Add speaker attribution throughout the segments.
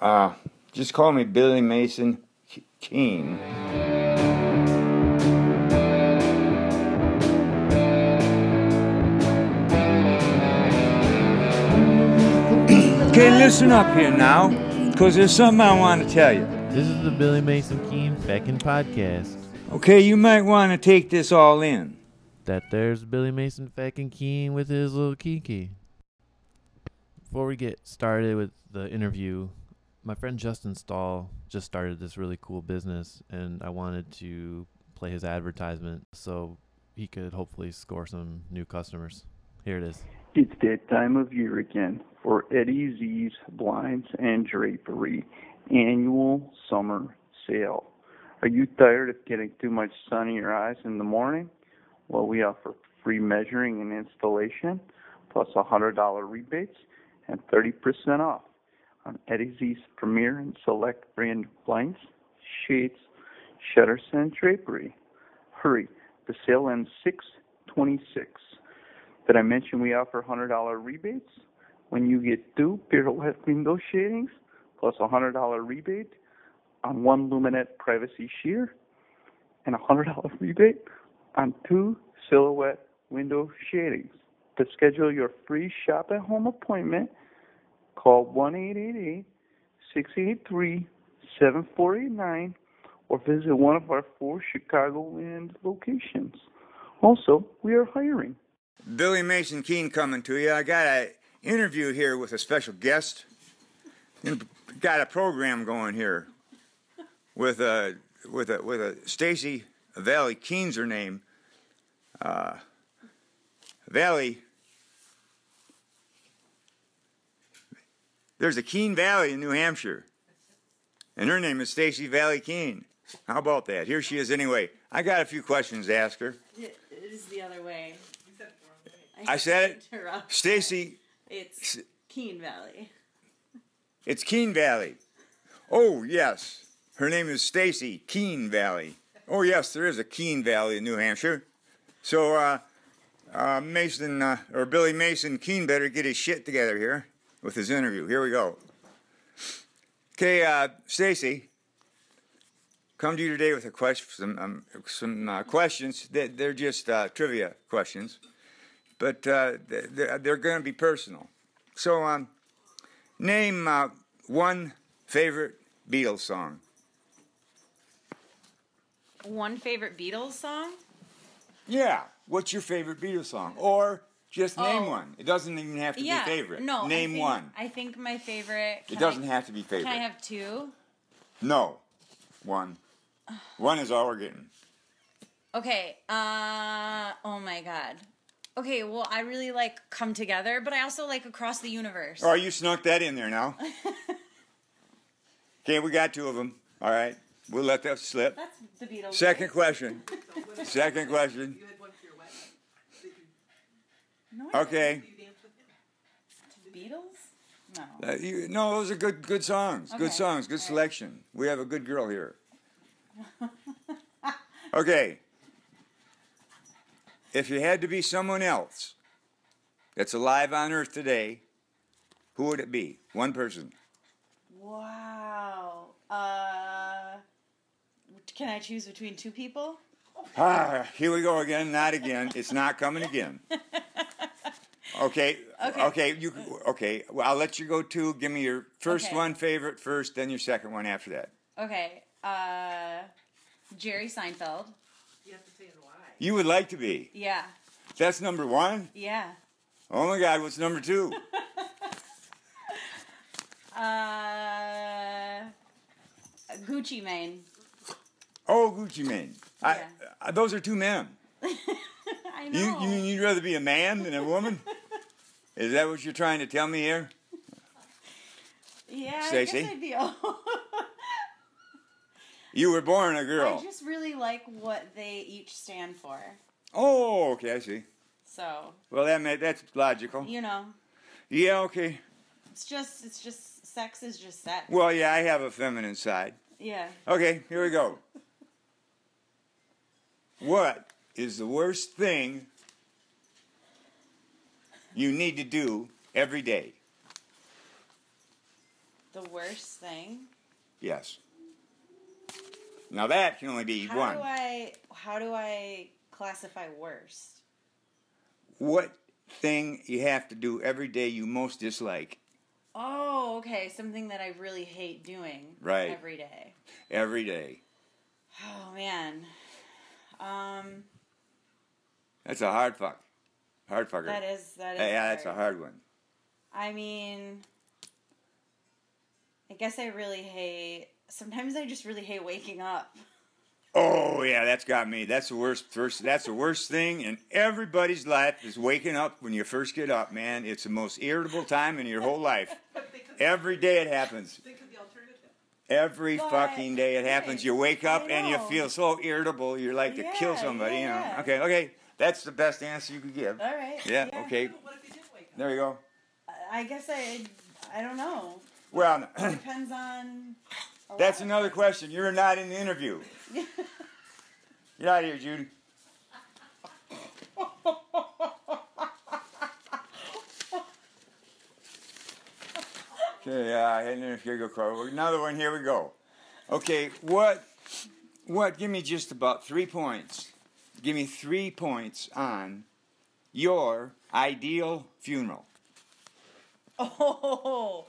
Speaker 1: Uh, just call me Billy Mason K- Keene. Okay, listen up here now, because there's something I want to tell you.
Speaker 2: This is the Billy Mason Keene Feckin' Podcast.
Speaker 1: Okay, you might want to take this all in.
Speaker 2: That there's Billy Mason Feckin' Keene with his little Kiki. Before we get started with the interview, my friend Justin Stahl just started this really cool business, and I wanted to play his advertisement so he could hopefully score some new customers. Here it is.
Speaker 3: It's that time of year again for Eddie Z's Blinds and Drapery annual summer sale. Are you tired of getting too much sun in your eyes in the morning? Well, we offer free measuring and installation, plus $100 rebates and 30% off on Eddie Z's premier and select brand blinds, shades, shutters, and drapery. Hurry, the sale ends 626. Did I mention we offer $100 rebates when you get two pirouette window shadings plus a $100 rebate on one luminette privacy shear and a $100 rebate on two silhouette window shadings? To schedule your free shop at home appointment, call 1 683 7489 or visit one of our four Chicagoland locations. Also, we are hiring.
Speaker 1: Billy Mason Keene coming to you. I got an interview here with a special guest. And Got a program going here with a with a with a Stacy Valley Keene's her name. Uh, Valley. There's a Keene Valley in New Hampshire, and her name is Stacy Valley Keene. How about that? Here she is. Anyway, I got a few questions to ask her.
Speaker 4: It is the other way.
Speaker 1: I said it.
Speaker 4: Interrupt.
Speaker 1: Stacy,
Speaker 4: It's Keene Valley.
Speaker 1: it's Keene Valley. Oh, yes. Her name is Stacy Keene Valley. Oh, yes, there is a Keene Valley in New Hampshire. So, uh, uh, Mason, uh, or Billy Mason Keene better get his shit together here with his interview. Here we go. Okay, uh, Stacy, come to you today with a question, some, um, some uh, questions. They're, they're just uh, trivia questions, but uh, they're, they're going to be personal. So, um, Name uh, one favorite Beatles song.
Speaker 4: One favorite Beatles song?
Speaker 1: Yeah. What's your favorite Beatles song? Or just name
Speaker 4: Oh.
Speaker 1: one. It doesn't even have to
Speaker 4: Yeah.
Speaker 1: be favorite.
Speaker 4: No. I
Speaker 1: Name
Speaker 4: think-
Speaker 1: one.
Speaker 4: I think my favorite.
Speaker 1: It
Speaker 4: can
Speaker 1: doesn't
Speaker 4: I,
Speaker 1: have to be favorite.
Speaker 4: Can I have two?
Speaker 1: no. One. One is all we're getting.
Speaker 4: Okay. Uh. Oh my God. Okay. Well, I really like "Come Together," but I also like "Across the Universe."
Speaker 1: Oh, you snuck that in there now. okay, we got two of them. All right. We'll let that slip.
Speaker 4: That's the Beatles.
Speaker 1: Second question. Second question.
Speaker 4: No, I-
Speaker 1: Okay.
Speaker 4: Beatles. No.
Speaker 1: Uh, you, no, those are good, good songs.
Speaker 4: Okay.
Speaker 1: Good songs. Good selection. We have a good girl here. okay. If you had to be someone else that's alive on Earth today, who would it be? One person.
Speaker 4: Wow. Uh. Can I choose between two people?
Speaker 1: Ah, here we go again. Not again. It's not coming again. Okay. Okay.
Speaker 4: Okay.
Speaker 1: you. Okay. Well, I'll let you go too. Give me your first
Speaker 4: Okay.
Speaker 1: one favorite first, then your second one after that.
Speaker 4: Okay. Uh. Jerry Seinfeld.
Speaker 1: You would like to be.
Speaker 4: Yeah.
Speaker 1: That's number one.
Speaker 4: Yeah.
Speaker 1: Oh my God, what's number two?
Speaker 4: Uh, Gucci Mane.
Speaker 1: oh, Gucci Mane. I,
Speaker 4: Yeah.
Speaker 1: I- those are two men.
Speaker 4: I
Speaker 1: You,
Speaker 4: know.
Speaker 1: you mean you'd rather be a man than a woman? Is that what you're trying to tell me here?
Speaker 4: yeah, I
Speaker 1: Stacey?
Speaker 4: guess I'd be. I
Speaker 1: You were born a girl.
Speaker 4: just really like what they each stand for.
Speaker 1: Oh, okay, I see.
Speaker 4: So
Speaker 1: Well, that may, that's logical.
Speaker 4: you know,
Speaker 1: Yeah, okay.
Speaker 4: it's just it's just sex is just sex.
Speaker 1: Well, yeah, I have a feminine side.
Speaker 4: yeah.
Speaker 1: Okay, here we go. What is the worst thing you need to do every day?
Speaker 4: The worst thing.
Speaker 1: Yes. Now that can only be
Speaker 4: How
Speaker 1: one.
Speaker 4: do I? How do I classify worst?
Speaker 1: what thing you have to do every day you most dislike
Speaker 4: Oh, okay. Something that I really hate doing.
Speaker 1: Right.
Speaker 4: Every day.
Speaker 1: every day?
Speaker 4: Oh man. Um.
Speaker 1: That's a hard fuck. Hard fucker.
Speaker 4: That is. That is.
Speaker 1: yeah, yeah, that's a hard one.
Speaker 4: I mean, I guess I really hate. Sometimes I just really hate waking up.
Speaker 1: Oh yeah, that's got me. That's the worst first that's the worst thing in everybody's life is waking up when you first get up, man. It's the most irritable time in your whole life.
Speaker 5: Think of,
Speaker 1: Every day it happens.
Speaker 5: think of the alternative.
Speaker 1: Every
Speaker 4: But-
Speaker 1: fucking day it happens. You wake
Speaker 4: I
Speaker 1: up and you
Speaker 4: know.
Speaker 1: feel so irritable, you're like to kill
Speaker 4: Yeah,
Speaker 1: somebody,
Speaker 4: yeah,
Speaker 1: you know.
Speaker 4: yeah.
Speaker 1: Okay, okay. That's the best answer you could give.
Speaker 4: All right.
Speaker 1: Yeah, okay.
Speaker 5: But what if you did wake up?
Speaker 1: There you go.
Speaker 4: I guess I. I don't know.
Speaker 1: Well,
Speaker 4: Depends on. a lot
Speaker 1: that's
Speaker 4: of-
Speaker 1: another question. You're not in the interview. Get out of here, Judy. Okay, uh, I had an interview. Go, Carl. Another one. Here we go. Okay, what? What? Give me just about three points. Give me three points on your ideal funeral.
Speaker 4: Oh,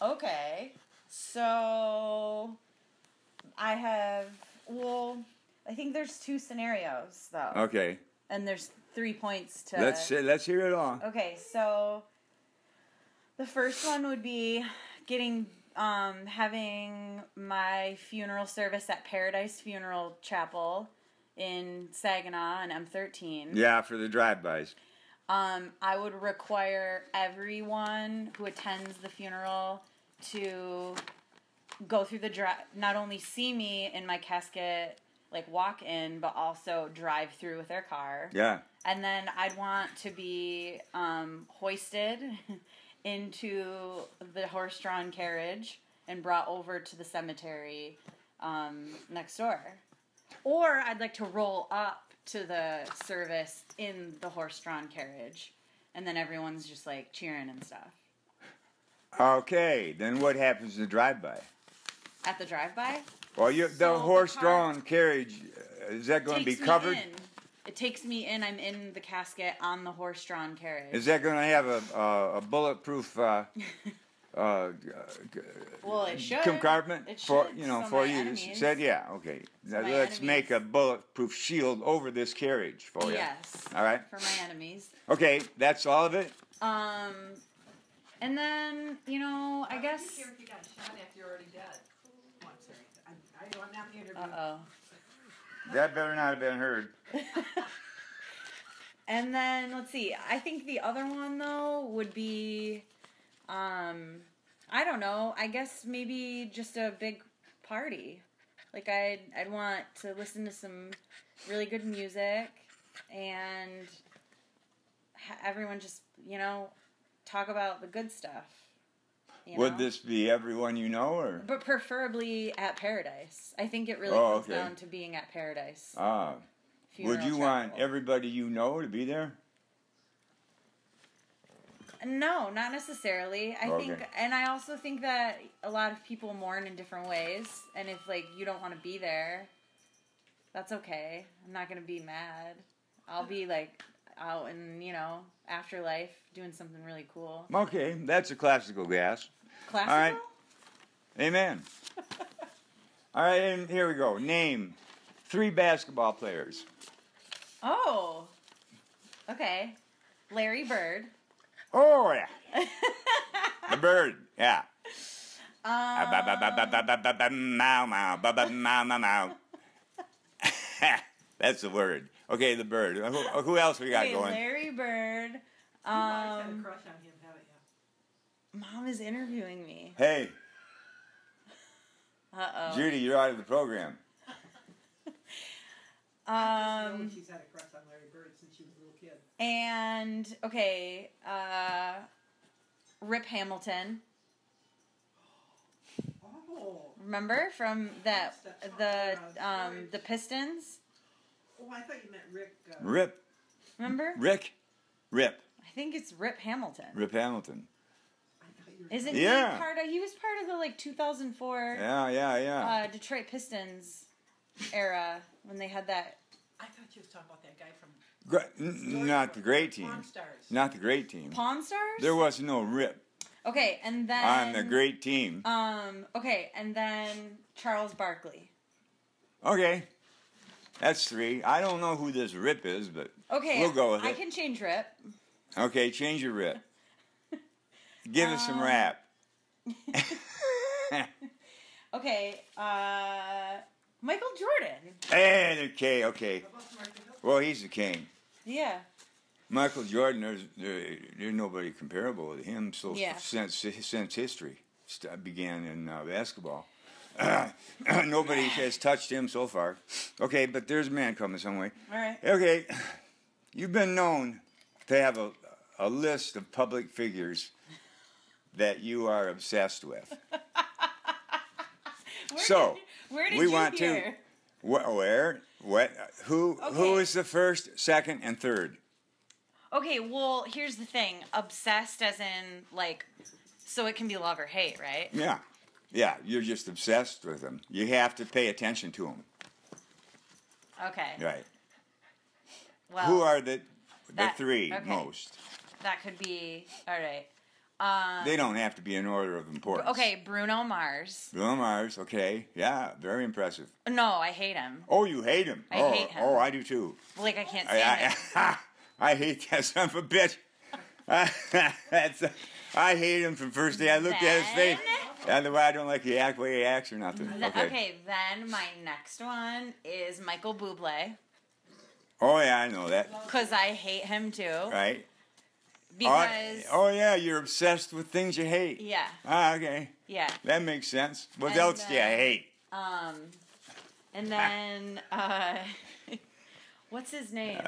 Speaker 4: okay. So I have, well, I think there's two scenarios though.
Speaker 1: Okay,
Speaker 4: And there's three points to.
Speaker 1: let's uh, let's hear it all.
Speaker 4: Okay, so the first one would be getting, um, having my funeral service at Paradise Funeral Chapel in Saginaw and M13.
Speaker 1: Yeah, for the drive-bys.
Speaker 4: Um, I would require everyone who attends the funeral to go through the drive, not only see me in my casket, like walk in, but also drive through with their car.
Speaker 1: Yeah.
Speaker 4: And then I'd want to be um, hoisted into the horse drawn carriage and brought over to the cemetery um, next door. Or I'd like to roll up to the service in the horse drawn carriage. And then everyone's just like cheering and stuff.
Speaker 1: Okay, then what happens to drive-by?
Speaker 4: At the drive by,
Speaker 1: Well, you,
Speaker 4: So
Speaker 1: the
Speaker 4: the
Speaker 1: horse-drawn carriage uh, is that going to be covered?
Speaker 4: me in. It takes me in. I'm in the casket on the horse drawn carriage.
Speaker 1: Is that going to have a, a, a bulletproof uh, uh,
Speaker 4: well, it should.
Speaker 1: compartment
Speaker 4: It should.
Speaker 1: for you know
Speaker 4: so
Speaker 1: for
Speaker 4: my
Speaker 1: you?
Speaker 4: enemies-
Speaker 1: Said yeah, okay. Now
Speaker 4: my
Speaker 1: let's make a
Speaker 4: enemies.
Speaker 1: bulletproof shield over this carriage for you.
Speaker 4: Yes.
Speaker 1: All right.
Speaker 4: For my enemies.
Speaker 1: Okay, that's all of it.
Speaker 4: Um, and then you know, I guess.
Speaker 5: Here, if you got shot after you're already dead. Oh, I'm sorry. I'm, I don't have the interview.
Speaker 4: Uh oh.
Speaker 1: That better not have been heard.
Speaker 4: And then let's see. I think the other one though would be, um, I don't know. I guess maybe just a big party. Like I'd I'd want to listen to some really good music and ha- everyone just you know talk about the good stuff. you know?
Speaker 1: Would this be everyone you know or?
Speaker 4: But preferably at Paradise. I think it really
Speaker 1: Oh,
Speaker 4: comes
Speaker 1: okay.
Speaker 4: down to being at Paradise.
Speaker 1: Ah, would
Speaker 4: Funeral
Speaker 1: you want
Speaker 4: Chapel.
Speaker 1: everybody you know to be there?
Speaker 4: No, not necessarily. I
Speaker 1: Okay.
Speaker 4: think, and I also think that a lot of people mourn in different ways. And if like you don't want to be there, that's okay. I'm not gonna be mad. I'll be like out in you know afterlife doing something really cool.
Speaker 1: Okay, that's a classical gas.
Speaker 4: Classical.
Speaker 1: right. Amen. All right, and here we go. Name three basketball players.
Speaker 4: Oh, okay. Larry Bird.
Speaker 1: Oh yeah, the bird. Yeah.
Speaker 4: Um,
Speaker 1: Mow mow ba, ba, mow mow mow. That's the word. Okay, the bird. Who, who else we got
Speaker 4: okay,
Speaker 1: going?
Speaker 4: Larry Bird.
Speaker 5: You've always had a
Speaker 4: Um,
Speaker 5: crush on him, haven't you?
Speaker 4: mom is interviewing me.
Speaker 1: Hey,
Speaker 4: Uh oh.
Speaker 1: Judy, you're out of the program.
Speaker 5: Just knowing
Speaker 4: Um.
Speaker 5: she's had a crush on Larry Bird since she was a little kid.
Speaker 4: And okay, uh Rip Hamilton,
Speaker 5: Oh.
Speaker 4: remember from that the um the Pistons?
Speaker 5: Oh, I thought you meant Rick. Uh,
Speaker 1: Rip,
Speaker 4: Remember?
Speaker 1: Rick, Rip,
Speaker 4: I think it's Rip Hamilton.
Speaker 1: Rip Hamilton.
Speaker 5: I thought you
Speaker 4: Isn't
Speaker 1: Yeah.
Speaker 4: he part of? He was part of the like 2004
Speaker 1: Yeah, yeah, yeah.
Speaker 4: uh, Detroit Pistons era when they had that.
Speaker 5: I thought you was talking about that guy from.
Speaker 1: Gre- n- not the great team.
Speaker 5: Pawn Stars.
Speaker 1: Not the great team.
Speaker 4: Palm Stars.
Speaker 1: There was no rip
Speaker 4: okay, and then
Speaker 1: on the great team.
Speaker 4: Um. Okay, and then Charles Barkley. Oh.
Speaker 1: Okay. That's three. I don't know who this rip is, but
Speaker 4: Okay,
Speaker 1: we'll go with
Speaker 4: I
Speaker 1: it.
Speaker 4: can change rip.
Speaker 1: Okay, change your rip. Give us
Speaker 4: Um.
Speaker 1: some rap.
Speaker 4: Okay, uh, Michael Jordan.
Speaker 1: And okay, okay. Well, he's the king.
Speaker 4: Yeah.
Speaker 1: Michael Jordan, there's there, there's nobody comparable to him. So
Speaker 4: Yeah.
Speaker 1: since since history st- began in uh, basketball, nobody has touched him so far. Okay, but there's a man coming some way.
Speaker 4: All right.
Speaker 1: Okay, you've been known to have a a list of public figures that you are obsessed with.
Speaker 4: Where
Speaker 1: So,
Speaker 4: did, where did
Speaker 1: we
Speaker 4: you
Speaker 1: want to-
Speaker 4: hear?
Speaker 1: Wh- where? What? Who? Who
Speaker 4: Okay.
Speaker 1: is the first, second, and third?
Speaker 4: Okay, well, here's the thing. Obsessed as in like so it can be love or hate, right?
Speaker 1: Yeah, yeah. You're just obsessed with them. You have to pay attention to them.
Speaker 4: Okay.
Speaker 1: Right.
Speaker 4: Well,
Speaker 1: Who are the the
Speaker 4: that-
Speaker 1: three
Speaker 4: okay.
Speaker 1: most?
Speaker 4: that could be All right. Um
Speaker 1: They don't have to be in order of importance.
Speaker 4: Okay, Bruno Mars.
Speaker 1: Bruno Mars. Okay. Yeah. Very impressive.
Speaker 4: No, I hate him.
Speaker 1: Oh, you hate him.
Speaker 4: I
Speaker 1: oh,
Speaker 4: hate him.
Speaker 1: oh, I do too.
Speaker 4: Like I can't
Speaker 1: I,
Speaker 4: stand him.
Speaker 1: I, I hate that son of a bitch. That's. I hate him from first day I looked at his face. Either way, I don't like the act way he acts or nothing.
Speaker 4: Th- okay. then my next one is Michael Bublé
Speaker 1: Oh yeah, I know that.
Speaker 4: cuz I hate him too
Speaker 1: Right. Oh,
Speaker 4: because
Speaker 1: oh yeah, you're obsessed with things you hate.
Speaker 4: yeah,
Speaker 1: Ah, okay,
Speaker 4: yeah.
Speaker 1: that makes sense. What
Speaker 4: And,
Speaker 1: else do you
Speaker 4: uh,
Speaker 1: hate?
Speaker 4: Um, and then uh, what's his name?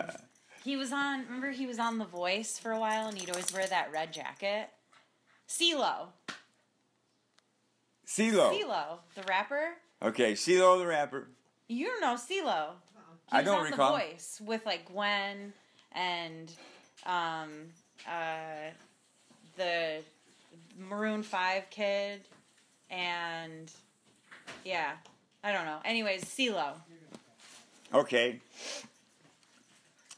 Speaker 4: he was on. Remember, he was on The Voice for a while, and he'd always wear that red jacket. CeeLo,
Speaker 1: CeeLo.
Speaker 4: CeeLo, the rapper.
Speaker 1: Okay, CeeLo the rapper.
Speaker 4: You know CeeLo. He
Speaker 1: I
Speaker 4: was
Speaker 1: don't
Speaker 4: on
Speaker 1: recall.
Speaker 4: The Voice with like Gwen and um uh the Maroon Five kid and yeah. I don't know. Anyways, CeeLo.
Speaker 1: Okay.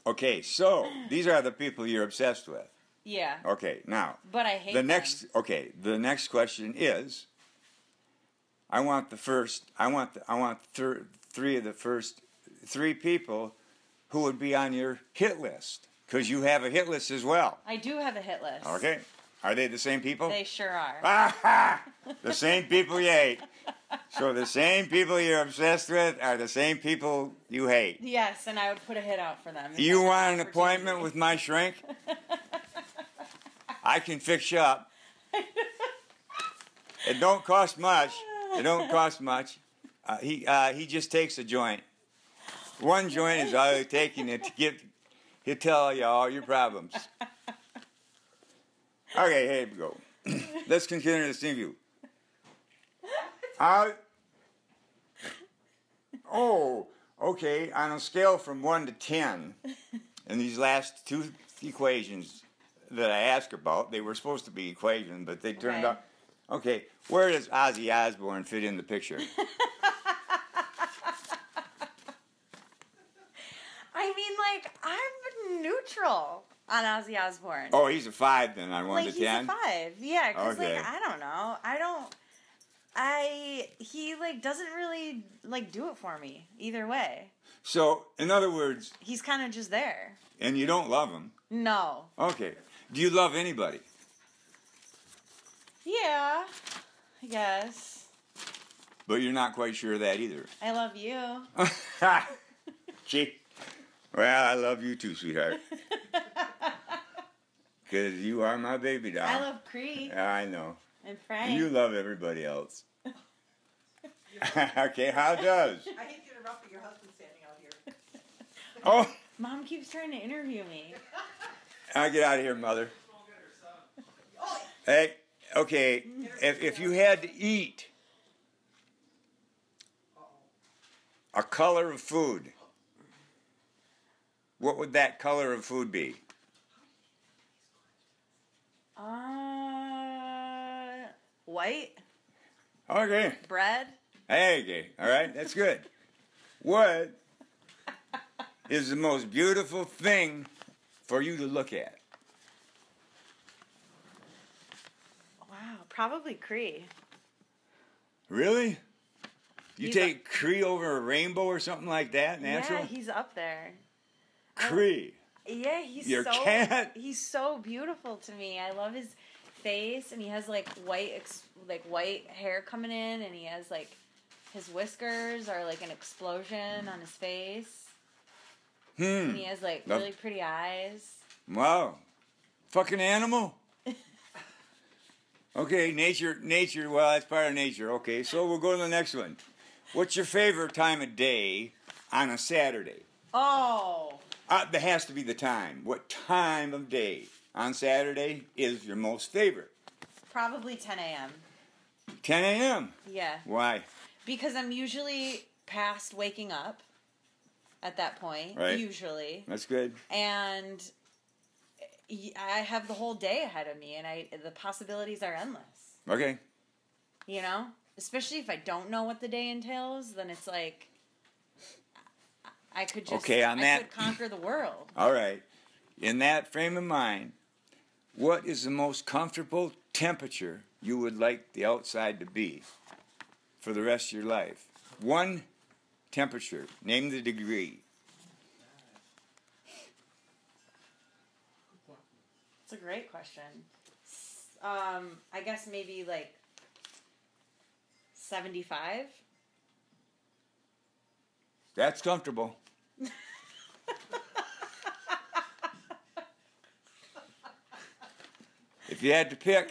Speaker 1: Okay, so these are the people you're obsessed with.
Speaker 4: Yeah.
Speaker 1: Okay, now
Speaker 4: But I hate
Speaker 1: the
Speaker 4: them.
Speaker 1: next. Okay, the next question is. I want the first. I want. The, I want thir- three of the first three people who would be on your hit list because you have a hit list as well.
Speaker 4: I do have a hit list.
Speaker 1: Okay. Ah. Are they the same people?
Speaker 4: They sure are.
Speaker 1: Ah-ha! the same people you hate. So the same people you're obsessed with are the same people you hate.
Speaker 4: Yes, and I would put a hit out for them. if I
Speaker 1: You
Speaker 4: had
Speaker 1: want an
Speaker 4: opportunity.
Speaker 1: appointment with my shrink? I can fix you up. It don't cost much. It don't cost much. Uh, he uh, he just takes a joint. One joint is all you're taking it to get. He'll tell you all your problems. Okay, here we go. Let's continue this interview. I. Oh, okay. On a scale from one to ten, in these last two equations that I asked about, they were supposed to be equations, but they turned
Speaker 4: Okay.
Speaker 1: out. Okay, where does Ozzy Osbourne fit in the picture?
Speaker 4: I mean, like I'm neutral on Ozzy Osbourne.
Speaker 1: oh, he's a five then on one
Speaker 4: like
Speaker 1: to
Speaker 4: he's
Speaker 1: ten.
Speaker 4: a five, yeah. Because
Speaker 1: Okay.
Speaker 4: like I don't know, I don't. I he like doesn't really like do it for me either way.
Speaker 1: So, in other words,
Speaker 4: He's kind of just there.
Speaker 1: and you don't love him.
Speaker 4: No.
Speaker 1: Okay, do you love anybody?
Speaker 4: Yeah. I guess
Speaker 1: But you're not quite sure of that either.
Speaker 4: I love you.
Speaker 1: Gee. Well, I love you too, sweetheart. Because you are my baby doll.
Speaker 4: I love Creek
Speaker 1: Yeah, I know.
Speaker 4: and
Speaker 1: And
Speaker 4: Frank.
Speaker 1: You love everybody else. okay, how does?
Speaker 5: I hate to interrupt, but your husband's standing out here.
Speaker 1: Oh,
Speaker 4: Mom keeps trying to interview me.
Speaker 1: I get out of here, mother. Hey, okay. If, if you had to eat a color of food, what would that color of food be?
Speaker 4: Uh, white
Speaker 1: Okay.
Speaker 4: bread.
Speaker 1: Okay. All right. That's good. What is the most beautiful thing for you to look at?
Speaker 4: Wow, probably Cree.
Speaker 1: Really? You
Speaker 4: He's a-
Speaker 1: take Cree over a rainbow or something like that, natural?
Speaker 4: Yeah, he's up there.
Speaker 1: Cree.
Speaker 4: Yeah, he's
Speaker 1: Your
Speaker 4: so
Speaker 1: cat?
Speaker 4: he's so beautiful to me. I love his face, and he has like white ex- like white hair coming in, and he has like his whiskers are like an explosion on his face,
Speaker 1: Hmm.
Speaker 4: and he has like
Speaker 1: Love-
Speaker 4: really pretty eyes.
Speaker 1: Wow. Fucking animal. Okay, nature, nature. Well, that's part of nature. Okay, so we'll go to the next one. What's your favorite time of day on a Saturday?
Speaker 4: Oh,
Speaker 1: Uh, there has to be the time. What time of day on Saturday is your most favorite?
Speaker 4: probably 10 a.m.
Speaker 1: 10 a.m.
Speaker 4: Yeah,
Speaker 1: Why?
Speaker 4: because I'm usually past waking up at that point.
Speaker 1: Right.
Speaker 4: Usually,
Speaker 1: That's good.
Speaker 4: and y- I have the whole day ahead of me, and I the possibilities are endless.
Speaker 1: Okay.
Speaker 4: You know, especially if I don't know what the day entails, then it's like I- I could just
Speaker 1: Okay, on
Speaker 4: I
Speaker 1: that-
Speaker 4: could conquer the world.
Speaker 1: All right. In that frame of mind, what is the most comfortable temperature you would like the outside to be for the rest of your life? One temperature. Name the degree.
Speaker 4: It's a great question. S- Um, I guess maybe like seventy-five.
Speaker 1: That's comfortable. if you had to pick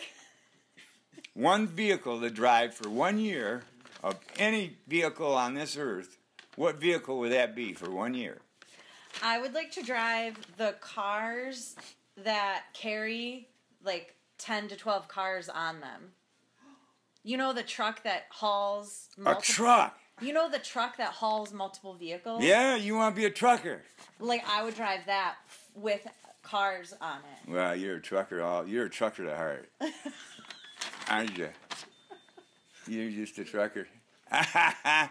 Speaker 1: one vehicle to drive for one year of any vehicle on this earth, what vehicle would that be for one year?
Speaker 4: I would like to drive the cars that carry like 10 to 12 cars on them. You know the truck that hauls
Speaker 1: A truck.
Speaker 4: You know the truck that hauls multiple vehicles?
Speaker 1: Yeah, you want to be a trucker.
Speaker 4: Like I would drive that with cars on it.
Speaker 1: Well, you're a trucker. All you're a trucker to heart, aren't you? You're just a trucker. a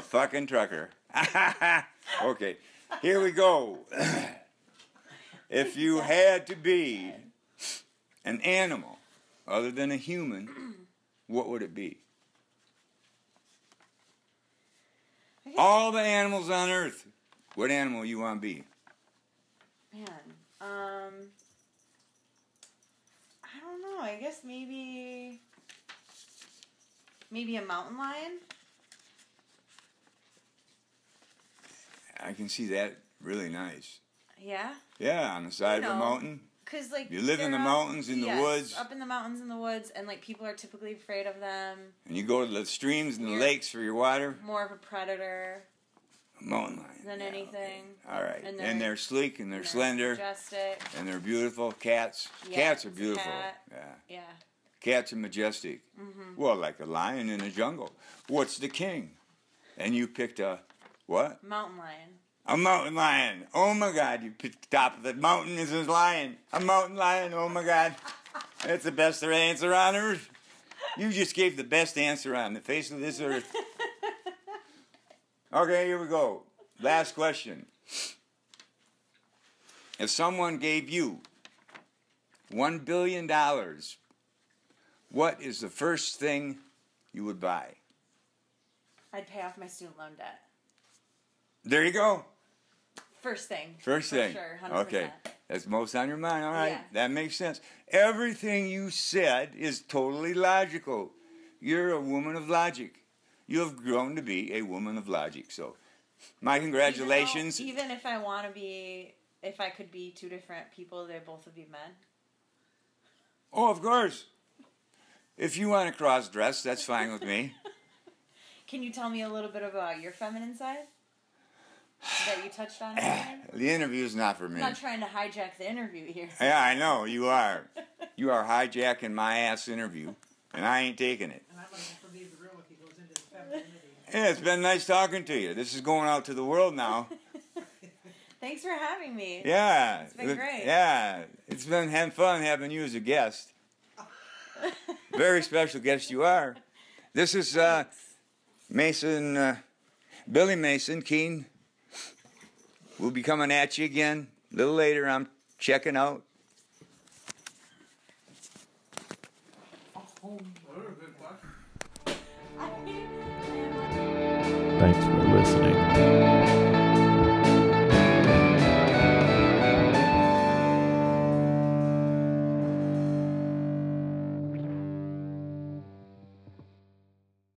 Speaker 1: fucking trucker. okay, here we go. if you had to be an animal other than a human, what would it be? All the animals on Earth. What animal you want to be?
Speaker 4: Man. Um I don't know. I guess maybe maybe a mountain lion?
Speaker 1: I can see that really nice.
Speaker 4: Yeah.
Speaker 1: Yeah, on the side of a
Speaker 4: know.
Speaker 1: mountain.
Speaker 4: Cause like
Speaker 1: You live in
Speaker 4: they're
Speaker 1: the
Speaker 4: out-
Speaker 1: mountains, in the
Speaker 4: yes,
Speaker 1: woods.
Speaker 4: up in the mountains in the woods, and like people are typically afraid of them.
Speaker 1: And you go to the streams and the
Speaker 4: You're-
Speaker 1: lakes for your water.
Speaker 4: More of a predator
Speaker 1: Mountain lion.
Speaker 4: than
Speaker 1: Yeah, okay.
Speaker 4: anything.
Speaker 1: All right. And
Speaker 4: And
Speaker 1: they're,
Speaker 4: they're-
Speaker 1: sleek and they're
Speaker 4: you know,
Speaker 1: slender
Speaker 4: majestic.
Speaker 1: and they're beautiful. Cats.
Speaker 4: Yeah,
Speaker 1: Cats are
Speaker 4: it's a
Speaker 1: beautiful.
Speaker 4: cat. Mm-hmm.
Speaker 1: Yeah.
Speaker 4: Yeah.
Speaker 1: Cats are majestic. Well, like a lion in a jungle. What's the king? And you picked a what?
Speaker 4: Mountain lion.
Speaker 1: A mountain lion. Oh my God! You picked the top of the mountain is a lion. A mountain lion. Oh my God! That's the best answer on earth. You just gave the best answer on the face of this earth. Okay, here we go. Last question. If someone gave you one billion dollars, what is the first thing you would buy?
Speaker 4: I'd pay off my student loan debt.
Speaker 1: There you go.
Speaker 4: First thing.
Speaker 1: First
Speaker 4: For
Speaker 1: thing.
Speaker 4: Sure, 100%.
Speaker 1: Okay. That's most on your mind. All right.
Speaker 4: Yeah.
Speaker 1: That makes sense. Everything you said is totally logical. You're a woman of logic. You have grown to be a woman of logic. So, my
Speaker 4: Even though-
Speaker 1: congratulations.
Speaker 4: Even, if I want to be, if I could be two different people, they both would be men.
Speaker 1: oh, of course. If you want to cross dress, that's fine with me.
Speaker 4: Can you tell me a little bit about your feminine side that you touched on? earlier?
Speaker 1: The interview's not for me.
Speaker 4: I'm not trying to hijack the interview here.
Speaker 1: Yeah, I know you are. You are hijacking my ass interview, and I ain't taking it.
Speaker 5: And I'm going to leave the room if he goes into the femininity.
Speaker 1: Yeah, it's been nice talking to you. This is going out to the world now.
Speaker 4: Thanks for having me.
Speaker 1: Yeah. It's
Speaker 4: been great.
Speaker 1: Yeah. It's been having fun having you as a guest. Very special guest you are. This is uh, Mason, uh, Billy Mason Keen. We'll be coming at you again a little later. I'm checking out.
Speaker 2: Thanks for listening.